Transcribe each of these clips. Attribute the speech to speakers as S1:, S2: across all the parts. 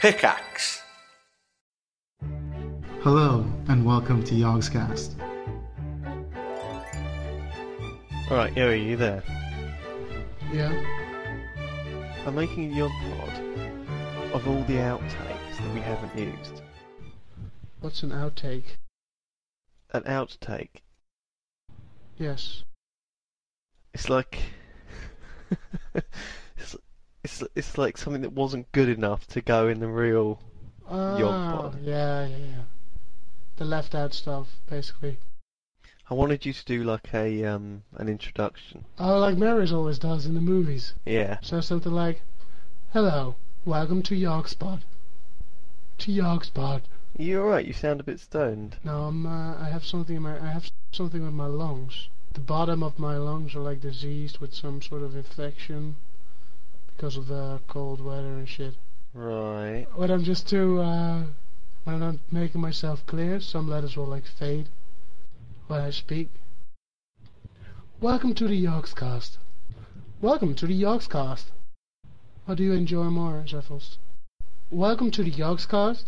S1: Pickaxe.
S2: Hello, and welcome to Yogscast.
S3: Alright, Yuri, you there?
S2: Yeah.
S3: I'm making a Yod pod of all the outtakes that we haven't used.
S2: What's an outtake?
S3: An outtake.
S2: Yes.
S3: It's like. it's, it's, it's like something that wasn't good enough to go in the real.
S4: Oh,
S3: pod.
S4: yeah, yeah, yeah. The left out stuff, basically.
S3: I wanted you to do like a um an introduction.
S4: Oh, like Maris always does in the movies.
S3: Yeah.
S4: So something like, "Hello, welcome to Yogspot." To Yogspot.
S3: You're right. You sound a bit stoned.
S4: Now I'm, uh, I have something in my, I have something with my lungs. The bottom of my lungs are like diseased with some sort of infection because of the cold weather and shit.
S3: Right.
S4: When I'm just too, uh, when I'm not making myself clear, some letters will like fade when I speak. Welcome to the Yogscast. Welcome to the Yogscast. What do you enjoy more, Zeffels? Welcome to the Yogscast.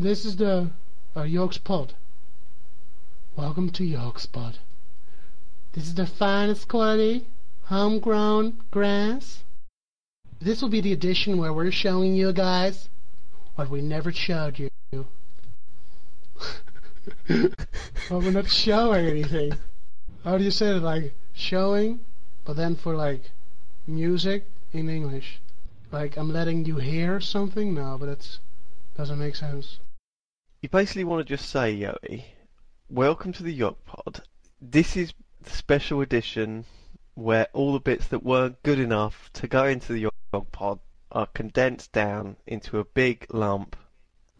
S4: This is the uh, Yogs Pod. Welcome to Yogs Pod. This is the finest quality homegrown grass. This will be the edition where we're showing you guys what we never showed you. well, we're not showing anything. How do you say it? Like showing, but then for like music in English. Like I'm letting you hear something now, but that's doesn't make sense.
S3: You basically want to just say, Yoey, welcome to the Yacht Pod. This is the special edition where all the bits that weren't good enough to go into the Yacht Pod are condensed down into a big lump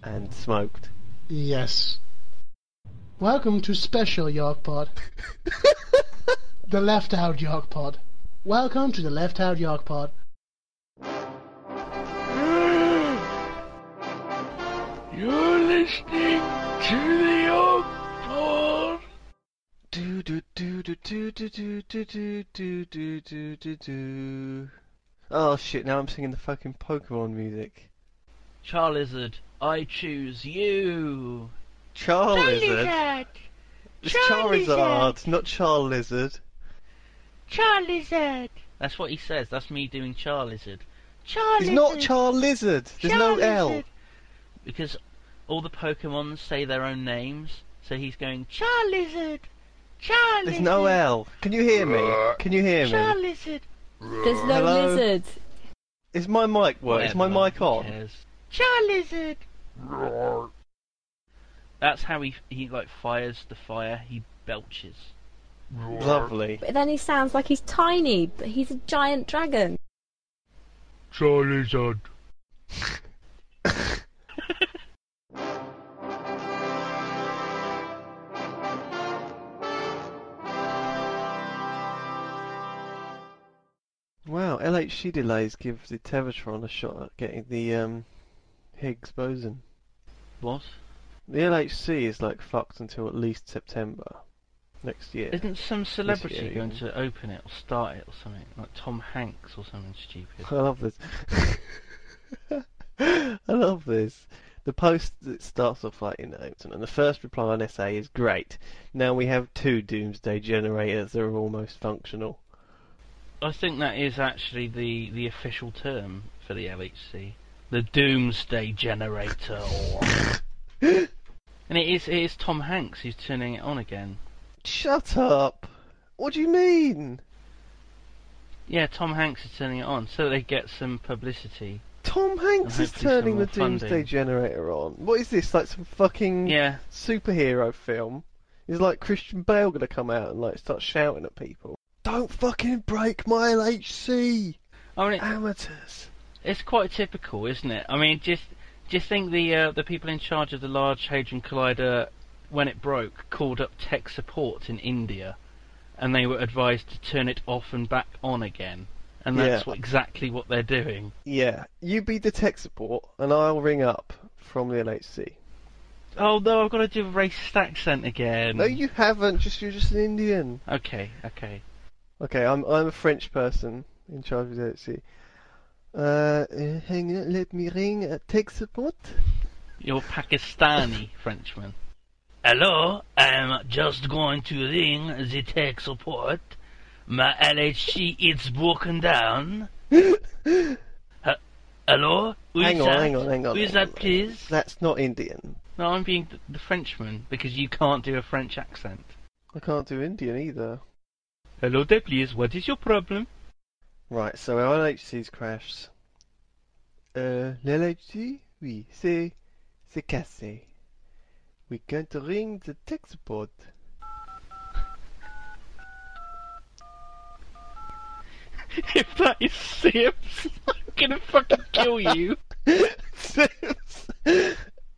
S3: and smoked.
S4: Yes. Welcome to Special York Pod. the Left Out York Pod. Welcome to the Left Out York Pod.
S5: You're listening to the old pod.
S3: Do do do do do do do do do do do do do do. Oh shit! Now I'm singing the fucking Pokemon music.
S5: Charizard, I choose you.
S3: Charizard. It's Charizard, not Charizard.
S6: Charizard.
S5: That's what he says. That's me doing Charizard.
S6: Charizard.
S3: It's not Charizard. There's no L.
S6: Charizard.
S5: Because all the Pokemon say their own names, so he's going Ch-
S6: Charizard. Charizard.
S3: There's no L. Can you hear me? Can you hear me?
S6: Charizard.
S7: There's no
S3: Hello?
S7: lizard.
S3: Is my mic work? Is my
S5: whatever,
S3: mic
S5: who
S3: on?
S5: cares?
S6: Charizard.
S5: That's how he he like fires the fire. He belches.
S3: Lovely.
S7: But then he sounds like he's tiny, but he's a giant dragon.
S5: Charizard.
S3: Wow, LHC delays give the Tevatron a shot at getting the um, Higgs boson.
S5: What?
S3: The LHC is like fucked until at least September next year.
S5: Isn't some celebrity
S3: year,
S5: going
S3: yeah.
S5: to open it or start it or something? Like Tom Hanks or something stupid.
S3: I love this. I love this. The post that starts off like in Oakton, and the first reply on SA is great. Now we have two doomsday generators that are almost functional.
S5: I think that is actually the, the official term for the LHC, the Doomsday Generator. and it is it is Tom Hanks who's turning it on again.
S3: Shut up! What do you mean?
S5: Yeah, Tom Hanks is turning it on so they get some publicity.
S3: Tom Hanks
S5: And
S3: is
S5: hopefully some
S3: turning the
S5: more
S3: doomsday
S5: funding.
S3: generator on. What is this? Like some fucking
S5: Yeah,
S3: superhero film? Is like Christian Bale gonna come out and like start shouting at people? Don't fucking break my LHC,
S5: I mean it,
S3: amateurs!
S5: it's quite typical, isn't it? I mean, just just think the uh, the people in charge of the Large Hadron Collider, when it broke, called up tech support in India, and they were advised to turn it off and back on again, and that's
S3: Yeah.
S5: what, exactly what they're doing.
S3: Yeah, you be the tech support, and I'll ring up from the LHC.
S5: Oh no, I've got to do a racist accent again.
S3: No, you haven't. Just you're just an Indian.
S5: Okay, okay.
S3: Okay, I'm I'm a French person in charge of the LHC. Uh, uh, hang on, let me ring uh, tech support.
S5: You're Pakistani Frenchman. Hello, I'm just going to ring the tech support. My LHC it's broken down. Hello? Who is
S3: hang on,
S5: that?
S3: hang on, hang on.
S5: Who is
S3: hang on.
S5: that, please?
S3: That's not Indian.
S5: No, I'm being th- the Frenchman because you can't do a French accent.
S3: I can't do Indian either.
S5: Hello there, please. What is your problem?
S3: Right, so our LHC's crashed. Uh, l'LHC, oui, c'est, c'est cassé. We can't ring the tech support.
S5: if that is Sips, I'm gonna fucking kill you.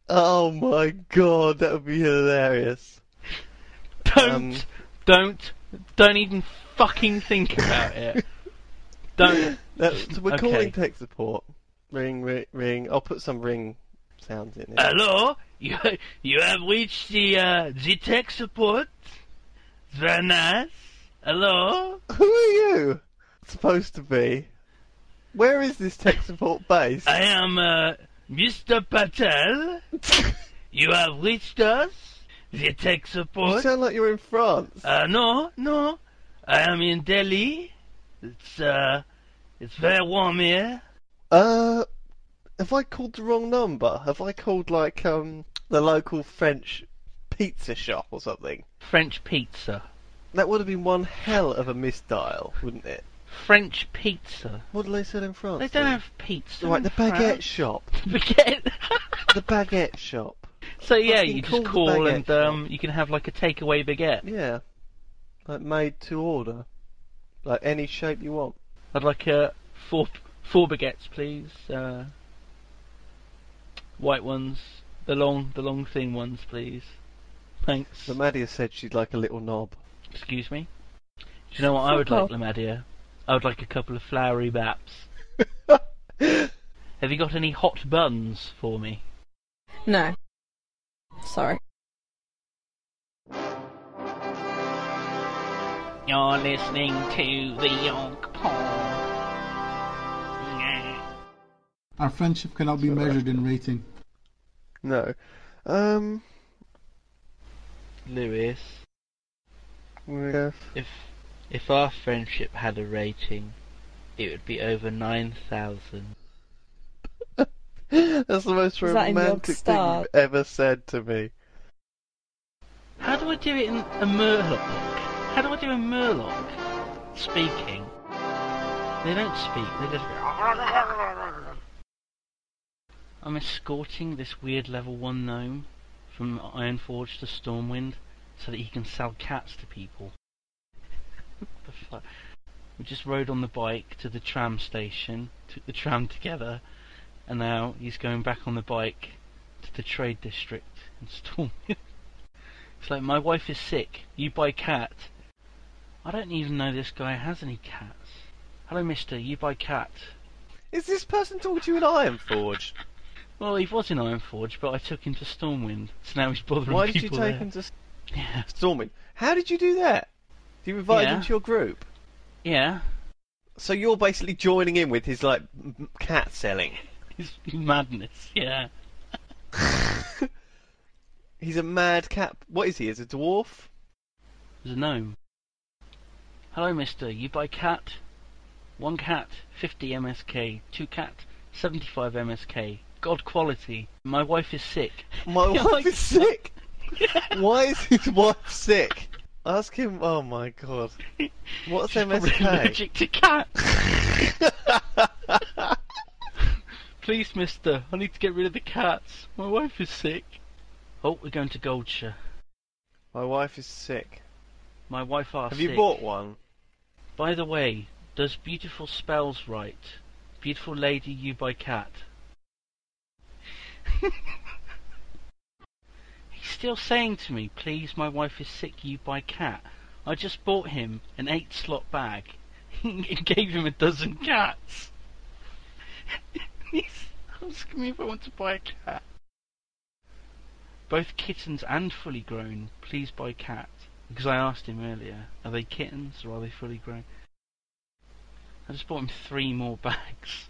S3: oh my god, that would be hilarious.
S5: Don't,
S3: Um.
S5: don't, don't even fucking think about it. Don't.
S3: That's, we're
S5: Mm, Okay.
S3: calling tech support. Ring, ring, ring. I'll put some ring sounds in it.
S5: Hello, you you have reached the uh, the tech support. Very nice. Hello.
S3: Who are you supposed to be? Where is this tech support base?
S5: I am uh, Mr. Patel. You have reached us, the tech
S3: You
S5: support.
S3: sound like you're in France.
S5: Uh, no, no. I am in Delhi. It's uh, it's very warm here.
S3: Uh, have I called the wrong number? Have I called like um the local French pizza shop or something?
S5: French pizza.
S3: That would have been one hell of a misdial, wouldn't it?
S5: French pizza.
S3: What do they sell in France?
S5: They don't
S3: then?
S5: have pizza.
S3: right
S5: in
S3: the baguette
S5: France.
S3: shop.
S5: Baguette.
S3: The baguette shop.
S5: so yeah,
S3: Fucking
S5: you
S3: call
S5: just
S3: the
S5: call
S3: baguette
S5: and um, you can have like a takeaway baguette.
S3: Yeah, like made to order, like any shape you want.
S5: I'd like uh, four four baguettes, please. Uh, white ones, the long the long thin ones, please. Thanks.
S3: But Maddie has said she'd like a little knob.
S5: Excuse me. Do you know what I would like, Lamadia? I would like a couple of flowery baps. Have you got any hot buns for me?
S7: No. Sorry.
S5: You're listening to the York Pod.
S2: Our friendship cannot be measured in rating.
S3: No. Um.
S5: Lewis,
S3: Yeah.
S5: if if our friendship had a rating, it would be over nine thousand.
S3: That's the most
S7: Is that in
S3: romantic thing
S7: Yogstar?
S3: you've ever said to me.
S5: How do I do it in a murloc? How do I do a murloc? Speaking. They don't speak. They just. I'm escorting this weird level one gnome from Ironforge to Stormwind so that he can sell cats to people. what the fuck? We just rode on the bike to the tram station, took the tram together, and now he's going back on the bike to the trade district in Stormwind. It's like my wife is sick. You buy cat. I don't even know this guy has any cats. Hello, Mister. You buy cat.
S3: Is this person talking to you in Ironforge?
S5: Well, he was in Ironforge, but I took him to Stormwind, so now he's bothering
S3: Why did you
S5: people
S3: take
S5: there.
S3: him to
S5: Yeah.
S3: Storming? How did you do that? You invited
S5: Yeah.
S3: him to your group.
S5: yeah,
S3: So you're basically joining in with his like m- m- cat selling.
S5: it's madness. Yeah,
S3: He's a mad cat. What is he? Is a dwarf?
S5: there's a gnome. Hello, Mister. You buy cat. One cat, 50 MSK. Two cat, 75 MSK. God quality. My wife is sick.
S3: My
S5: You're
S3: wife
S5: like-
S3: is sick. Why is his wife sick? Ask him. Oh my god. What's
S5: She's probably
S3: MSK?
S5: allergic to cats. Please, mister, I need to get rid of the cats. My wife is sick. Oh, we're going to Goldshire.
S3: My wife is sick.
S5: My wife asked.
S3: Have you bought one?
S5: By the way, does beautiful spells right? Beautiful lady, you by cat. He's still saying to me, please, my wife is sick, you by cat. I just bought him an eight slot bag and gave him a dozen cats. He's asking me if I want to buy a cat. Both kittens and fully grown, please buy cat. Because I asked him earlier, are they kittens or are they fully grown? I just bought him three more bags.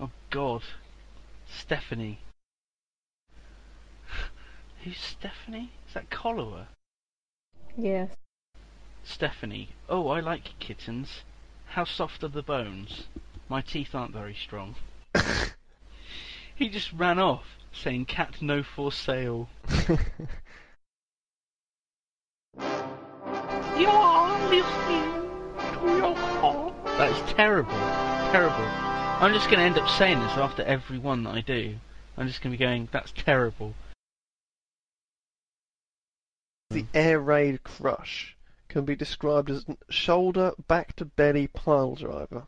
S5: Oh God, Stephanie. Who's Stephanie? Is that Collower?
S7: Yes.
S5: Stephanie. Oh, I like kittens. How soft are the bones? My teeth aren't very strong. he just ran off, saying, "Cat no for sale."
S6: You're listening to your heart.
S5: That's terrible. Terrible. I'm just going to end up saying this after every one that I do. I'm just going to be going, that's terrible.
S3: The air raid crush can be described as n- shoulder back to belly pile driver.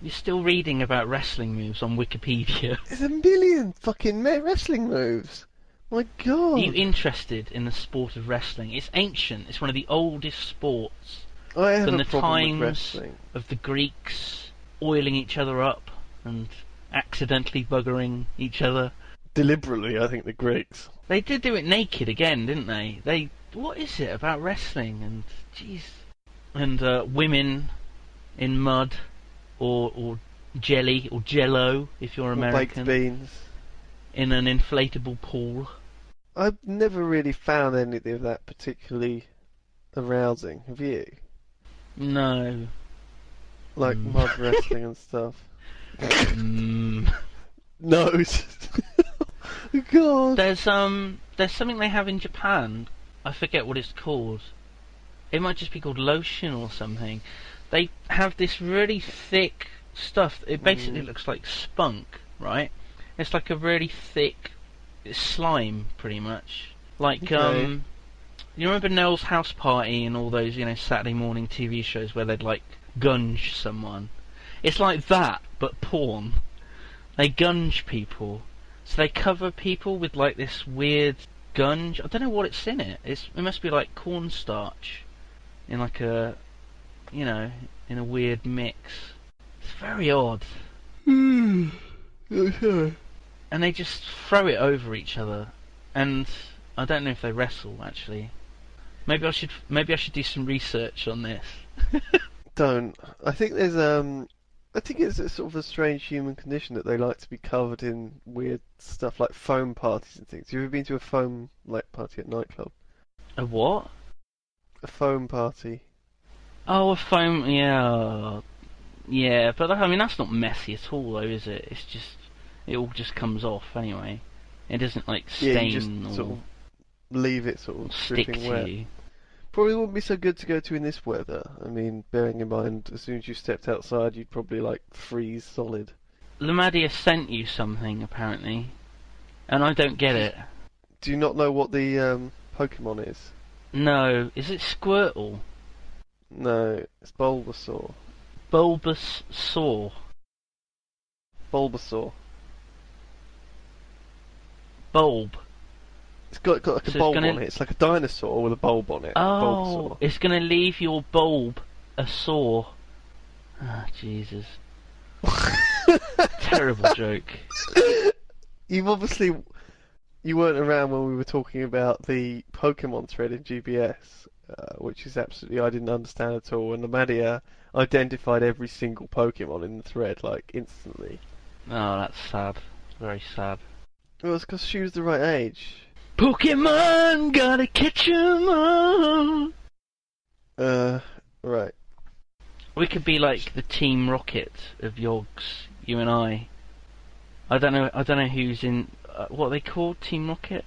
S5: You're still reading about wrestling moves on Wikipedia.
S3: There's a million fucking ma- wrestling moves. My
S5: Are
S3: god.
S5: you interested in the sport of wrestling? It's ancient. It's one of the oldest sports
S3: I have
S5: from
S3: a
S5: the
S3: problem
S5: times
S3: with wrestling.
S5: of the Greeks oiling each other up and accidentally buggering each other.
S3: Deliberately, I think the Greeks.
S5: They did do it naked again, didn't they? They what is it about wrestling and jeez and uh, women in mud or or jelly or jello if you're
S3: Or
S5: American
S3: Baked beans.
S5: in an inflatable pool.
S3: I've never really found any of that particularly arousing. Have you?
S5: No.
S3: Like
S5: Mm.
S3: mud wrestling and stuff.
S5: Mm.
S3: No. it's- god.
S5: There's um there's something they have in Japan. I forget what it's called. It might just be called lotion or something. They have this really thick stuff. It basically
S3: Mm.
S5: looks like spunk, right? It's like a really thick slime, pretty much. Like
S3: Okay.
S5: um, you remember Noel's house party and all those you know Saturday morning TV shows where they'd like gunge someone. It's like that, but porn. They gunge people. So they cover people with like this weird gunge. I don't know what it's in it. It's it must be like cornstarch, in like a, you know, in a weird mix. It's very odd.
S2: Hmm. Uh,
S5: And they just throw it over each other, and I don't know if they wrestle actually. Maybe I should maybe I should do some research on this.
S3: Don't. I think there's um. I think it's a sort of a strange human condition that they like to be covered in weird stuff like foam parties and things. You ever been to a foam like party at nightclub?
S5: A what?
S3: A foam party.
S5: Oh, a foam. Yeah, yeah. But I mean, that's not messy at all, though, is it? It's just it all just comes off anyway. It doesn't like
S3: Yeah, you
S5: stain
S3: just
S5: or
S3: sort of leave it sort of
S5: stick
S3: dripping wet.
S5: to you.
S3: Probably wouldn't be so good to go to in this weather. I mean, bearing in mind, as soon as you stepped outside, you'd probably like freeze solid.
S5: Lamadia sent you something apparently, and I don't get it.
S3: Do you not know what the um, Pokemon is?
S5: No, is it Squirtle?
S3: No, it's Bulbasaur.
S5: Bulbous saw.
S3: Bulbasaur.
S5: Bulb.
S3: It's got, got like a
S5: So it's
S3: bulb
S5: gonna-
S3: on it. It's like a dinosaur with a bulb on it.
S5: Oh, it's gonna leave your bulb a sore. Ah, Jesus.
S3: Bulbasaur.
S5: Terrible joke.
S3: You've obviously you weren't around when we were talking about the Pokemon thread in GBS, uh, which is absolutely I didn't understand at all. And Amadia identified every single Pokemon in the thread like instantly.
S5: Oh, that's sad. Very sad.
S3: It was because she was the right age.
S5: Pokemon, gotta catch 'em all.
S3: Uh, right.
S5: We could be like the Team Rocket of Yogs, you and I. I don't know. I don't know who's in. Uh, what are they called? Team Rocket?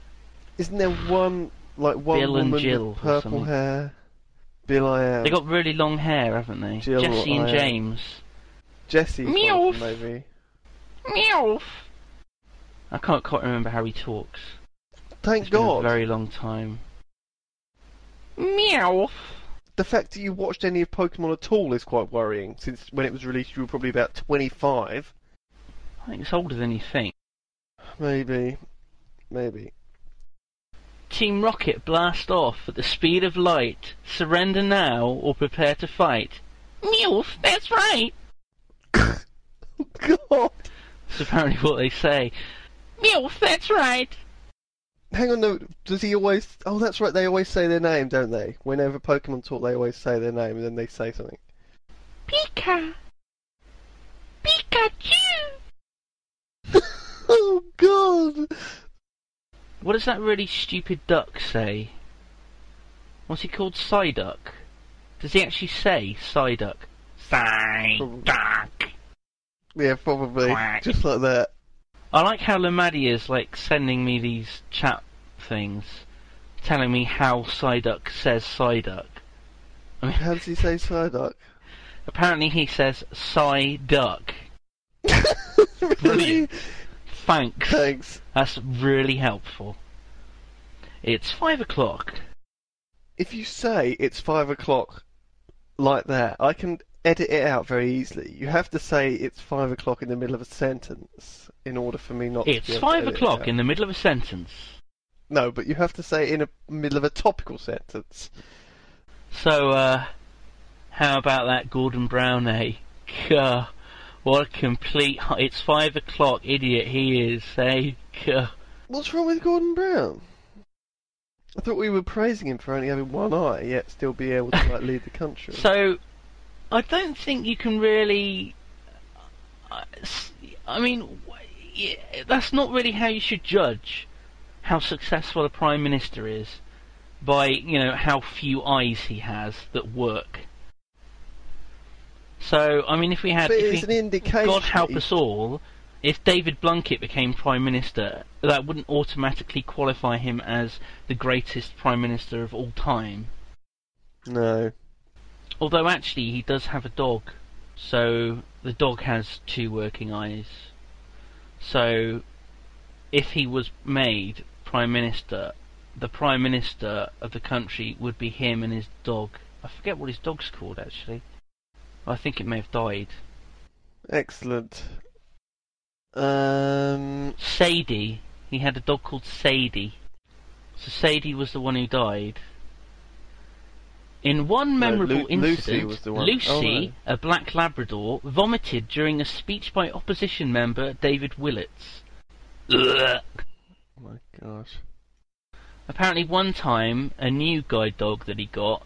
S3: Isn't there one like one
S5: Bill and
S3: woman
S5: Jill or
S3: with purple
S5: something.
S3: hair? Bill, I am.
S5: They got really long hair, haven't they?
S3: Um, Jill
S5: Jesse and
S3: or I-
S5: James.
S3: Jesse's one of them,
S6: Meowth.
S3: maybe.
S6: Meow.
S5: I can't quite remember how he talks.
S3: Thank
S5: It's been
S3: God.
S5: a very long time.
S6: Meow.
S3: The fact that you watched any of Pokemon at all is quite worrying. Since when it was released, you were probably about twenty-five.
S5: I think it's older than you think.
S3: Maybe. Maybe.
S5: Team Rocket blast off at the speed of light. Surrender now or prepare to fight.
S6: Meow. That's right.
S3: God!
S5: That's apparently what they say.
S6: Meow. That's right.
S3: Hang on, no. Does he always. Oh, that's right, they always say their name, don't they? Whenever Pokemon talk, they always say their name and then they say something.
S6: Pika. Pikachu.
S3: Oh,
S5: What does that really stupid duck say? What's he called? Psyduck? Does he actually say Psyduck? Psyduck!
S3: Yeah, probably.
S5: Quack.
S3: Just like that.
S5: I like how Lamadi is like sending me these chat things, telling me how Psyduck says Psyduck. I mean,
S3: How does he say Psyduck?
S5: apparently he says Psyduck.
S3: really?
S5: Brilliant. Thanks.
S3: Thanks.
S5: That's really helpful. It's five o'clock.
S3: If you say it's five o'clock like that, I can edit it out very easily. You have to say it's five o'clock in the middle of a sentence in order for me not to.
S5: It's
S3: be able to
S5: five
S3: edit it
S5: o'clock
S3: out.
S5: in the middle of a sentence.
S3: No, but you have to say it in the middle of a topical sentence.
S5: So, uh, how about that Gordon Brown, eh? Gah, what a complete. h- It's five o'clock idiot he is, eh? Gah.
S3: What's wrong with Gordon Brown? I thought we were praising him for only having one eye, yet still be able to like lead the country.
S5: So, I don't think you can really. I- s- I mean, wh- yeah, that's not really how you should judge how successful a prime minister is by you know how few eyes he has that work. So, I mean, if we had,
S3: but
S5: if
S3: it's
S5: we-
S3: an indication.
S5: God help
S3: that
S5: us all, if David Blunkett became Prime Minister, that wouldn't automatically qualify him as the greatest Prime Minister of all time.
S3: he- No.
S5: Although, actually, he does have a dog. So, the dog has two working eyes. So, if he was made Prime Minister, the Prime Minister of the country would be him and his dog. I forget what his dog's called, actually. I think it may have died.
S3: Excellent. Um.
S5: Sadie. He had a dog called Sadie. So Sadie was the one who died. In one
S3: No,
S5: memorable
S3: Lu- Lucy
S5: incident,
S3: was the one-
S5: Lucy,
S3: oh, right.
S5: a black Labrador, vomited during a speech by opposition member David Willits. Ugh.
S3: Oh my gosh.
S5: Apparently, one time, a new guide dog that he got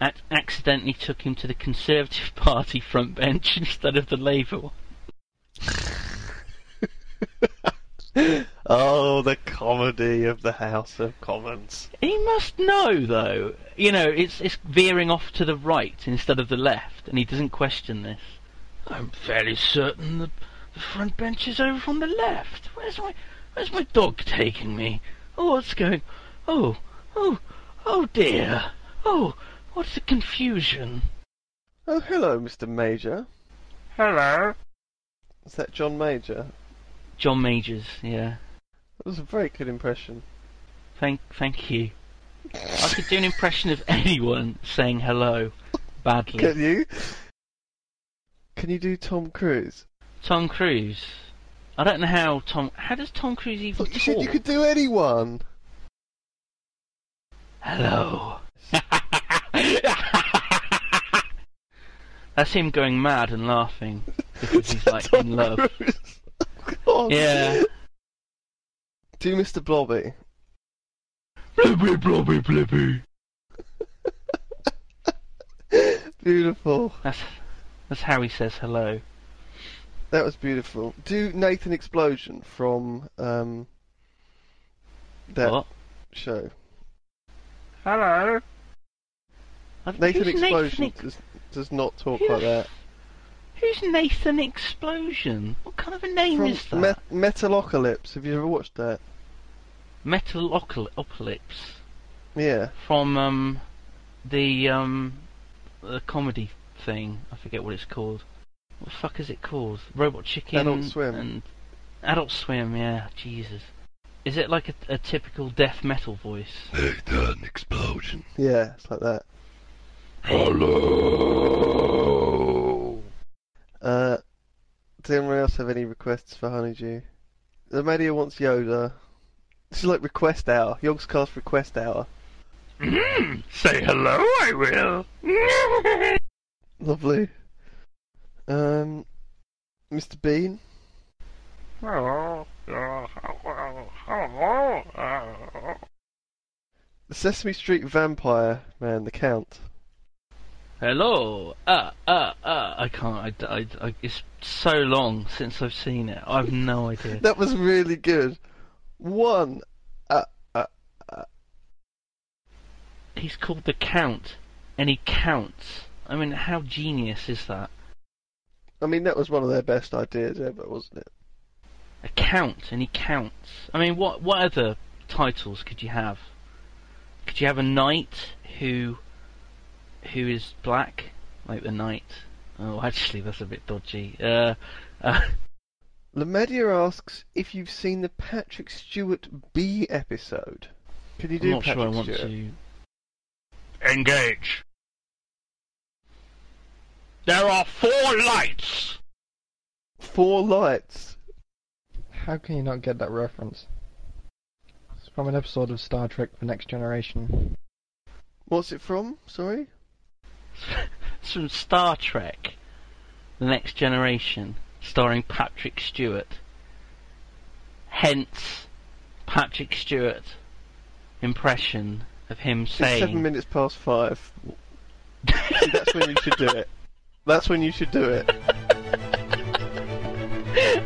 S5: ac- accidentally took him to the Conservative Party front bench instead of the Labour one.
S3: oh, the comedy of the House of Commons.
S5: He must know, though. You know, it's it's veering off to the right instead of the left, and he doesn't question this. I'm fairly certain the, the front bench is over on the left. Where's my Where's my dog taking me? Oh, what's going? Oh, oh, oh dear. Oh, what's the confusion?
S3: Oh, hello, Mr. Major.
S5: Hello,
S3: Is that John Major?
S5: John Majors. Yeah,
S3: That was a very good impression.
S5: thank thank you. I could do an impression of anyone saying hello badly.
S3: Can you? Can you do Tom Cruise?
S5: Tom Cruise. I don't know how Tom. How does Tom Cruise even
S3: But
S5: talk?
S3: you said you could do anyone.
S5: Hello. That's him going mad and laughing because he's like
S3: Tom
S5: in love.
S3: Cruise. God.
S5: Yeah.
S3: Oh, Do Mr. Blobby.
S5: Blibby, blobby, blibby.
S3: beautiful.
S5: That's that's how he says hello.
S3: That was beautiful. Do Nathan Explosion from um that
S5: What?
S3: show.
S5: Hello.
S3: Nathan
S5: who's
S3: Explosion
S5: Nathan,
S3: does,
S5: Ex-
S3: does not talk
S5: Who
S3: like that.
S5: who's Nathan Explosion? What kind of a name
S3: From
S5: is that?
S3: Me- Metalocalypse. Have you ever watched that?
S5: Metalocalypse.
S3: Yeah.
S5: from um, the um, the comedy thing. I forget what it's called. What the fuck is it called? Robot Chicken.
S3: Adult Swim.
S5: And Adult Swim. Yeah, Jesus. Is it like a, a typical death metal voice?
S3: Nathan Explosion. Yeah, it's like that.
S6: Hello.
S3: Uh, does anyone else have any requests for Honeydew? The media wants Yoda. This is like request hour. Yogg's cast request hour.
S6: Say hello, I will.
S3: Lovely. Um, Mr. Bean. The Sesame Street vampire man, the Count.
S5: Hello. Uh, uh, uh. I can't. I, I, I, it's so long since I've seen it. I've no idea.
S3: That was really good. One uh, uh,
S5: He's called the Count, and he counts. I mean, how genius is that?
S3: I mean, that was one of their best ideas ever, wasn't it?
S5: A count, and he counts. I mean, what what other titles could you have? Could you have a knight who who is black, like the knight? Oh, actually, that's a bit dodgy. Uh, uh,
S3: Lamedia asks if you've seen the Patrick Stewart B episode. Can you
S5: I'm
S3: do
S5: not
S3: Patrick
S5: sure I want
S3: Stewart?
S5: to. Engage. There are four lights.
S3: Four lights.
S1: How can you not get that reference? It's from an episode of Star Trek: The Next Generation.
S3: What's it from? Sorry.
S5: It's from Star Trek: The Next Generation, starring Patrick Stewart. Hence, Patrick Stewart impression of him
S3: It's seven
S5: saying,
S3: minutes past five. See, that's when you should do it. That's when you should do it.